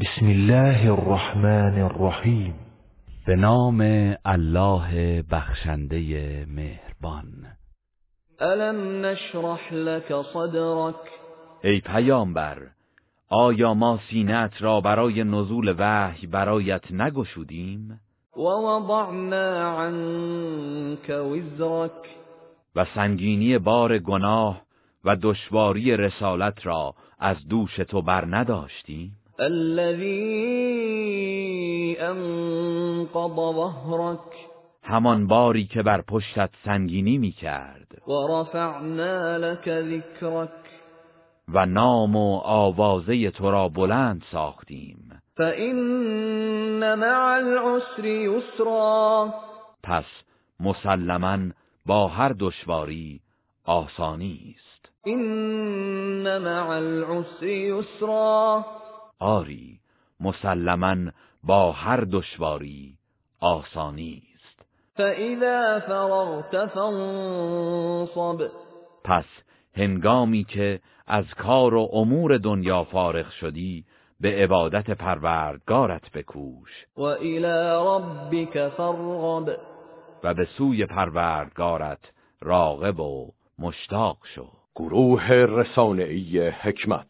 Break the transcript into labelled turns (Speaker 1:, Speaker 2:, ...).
Speaker 1: بسم الله الرحمن الرحیم
Speaker 2: به نام الله بخشنده مهربان
Speaker 3: ألم نشرح لك صدرك
Speaker 2: ای پیامبر آیا ما سینت را برای نزول وحی برایت نگشودیم
Speaker 3: ووضعنا عنك وزرك
Speaker 2: و سنگینی بار گناه و دشواری رسالت را از دوش تو بر نداشتیم
Speaker 3: الذي أنقض ظهرك
Speaker 2: همان باری که بر پشتت سنگینی می کرد
Speaker 3: ورفعنا لك ذكرك
Speaker 2: و نام و آوازه تو را بلند ساختیم
Speaker 3: فإن مع العسر يسرا
Speaker 2: پس مسلما با هر دشواری آسانی است
Speaker 3: إن مع العسر يسرا
Speaker 2: آری مسلما با هر دشواری آسانی است
Speaker 3: فإذا فرغت فانصب
Speaker 2: پس هنگامی که از کار و امور دنیا فارغ شدی به عبادت پروردگارت بکوش
Speaker 3: وإلى ربك فارغب
Speaker 2: و به سوی پروردگارت راغب و مشتاق شو
Speaker 4: گروه رسانه‌ای حکمت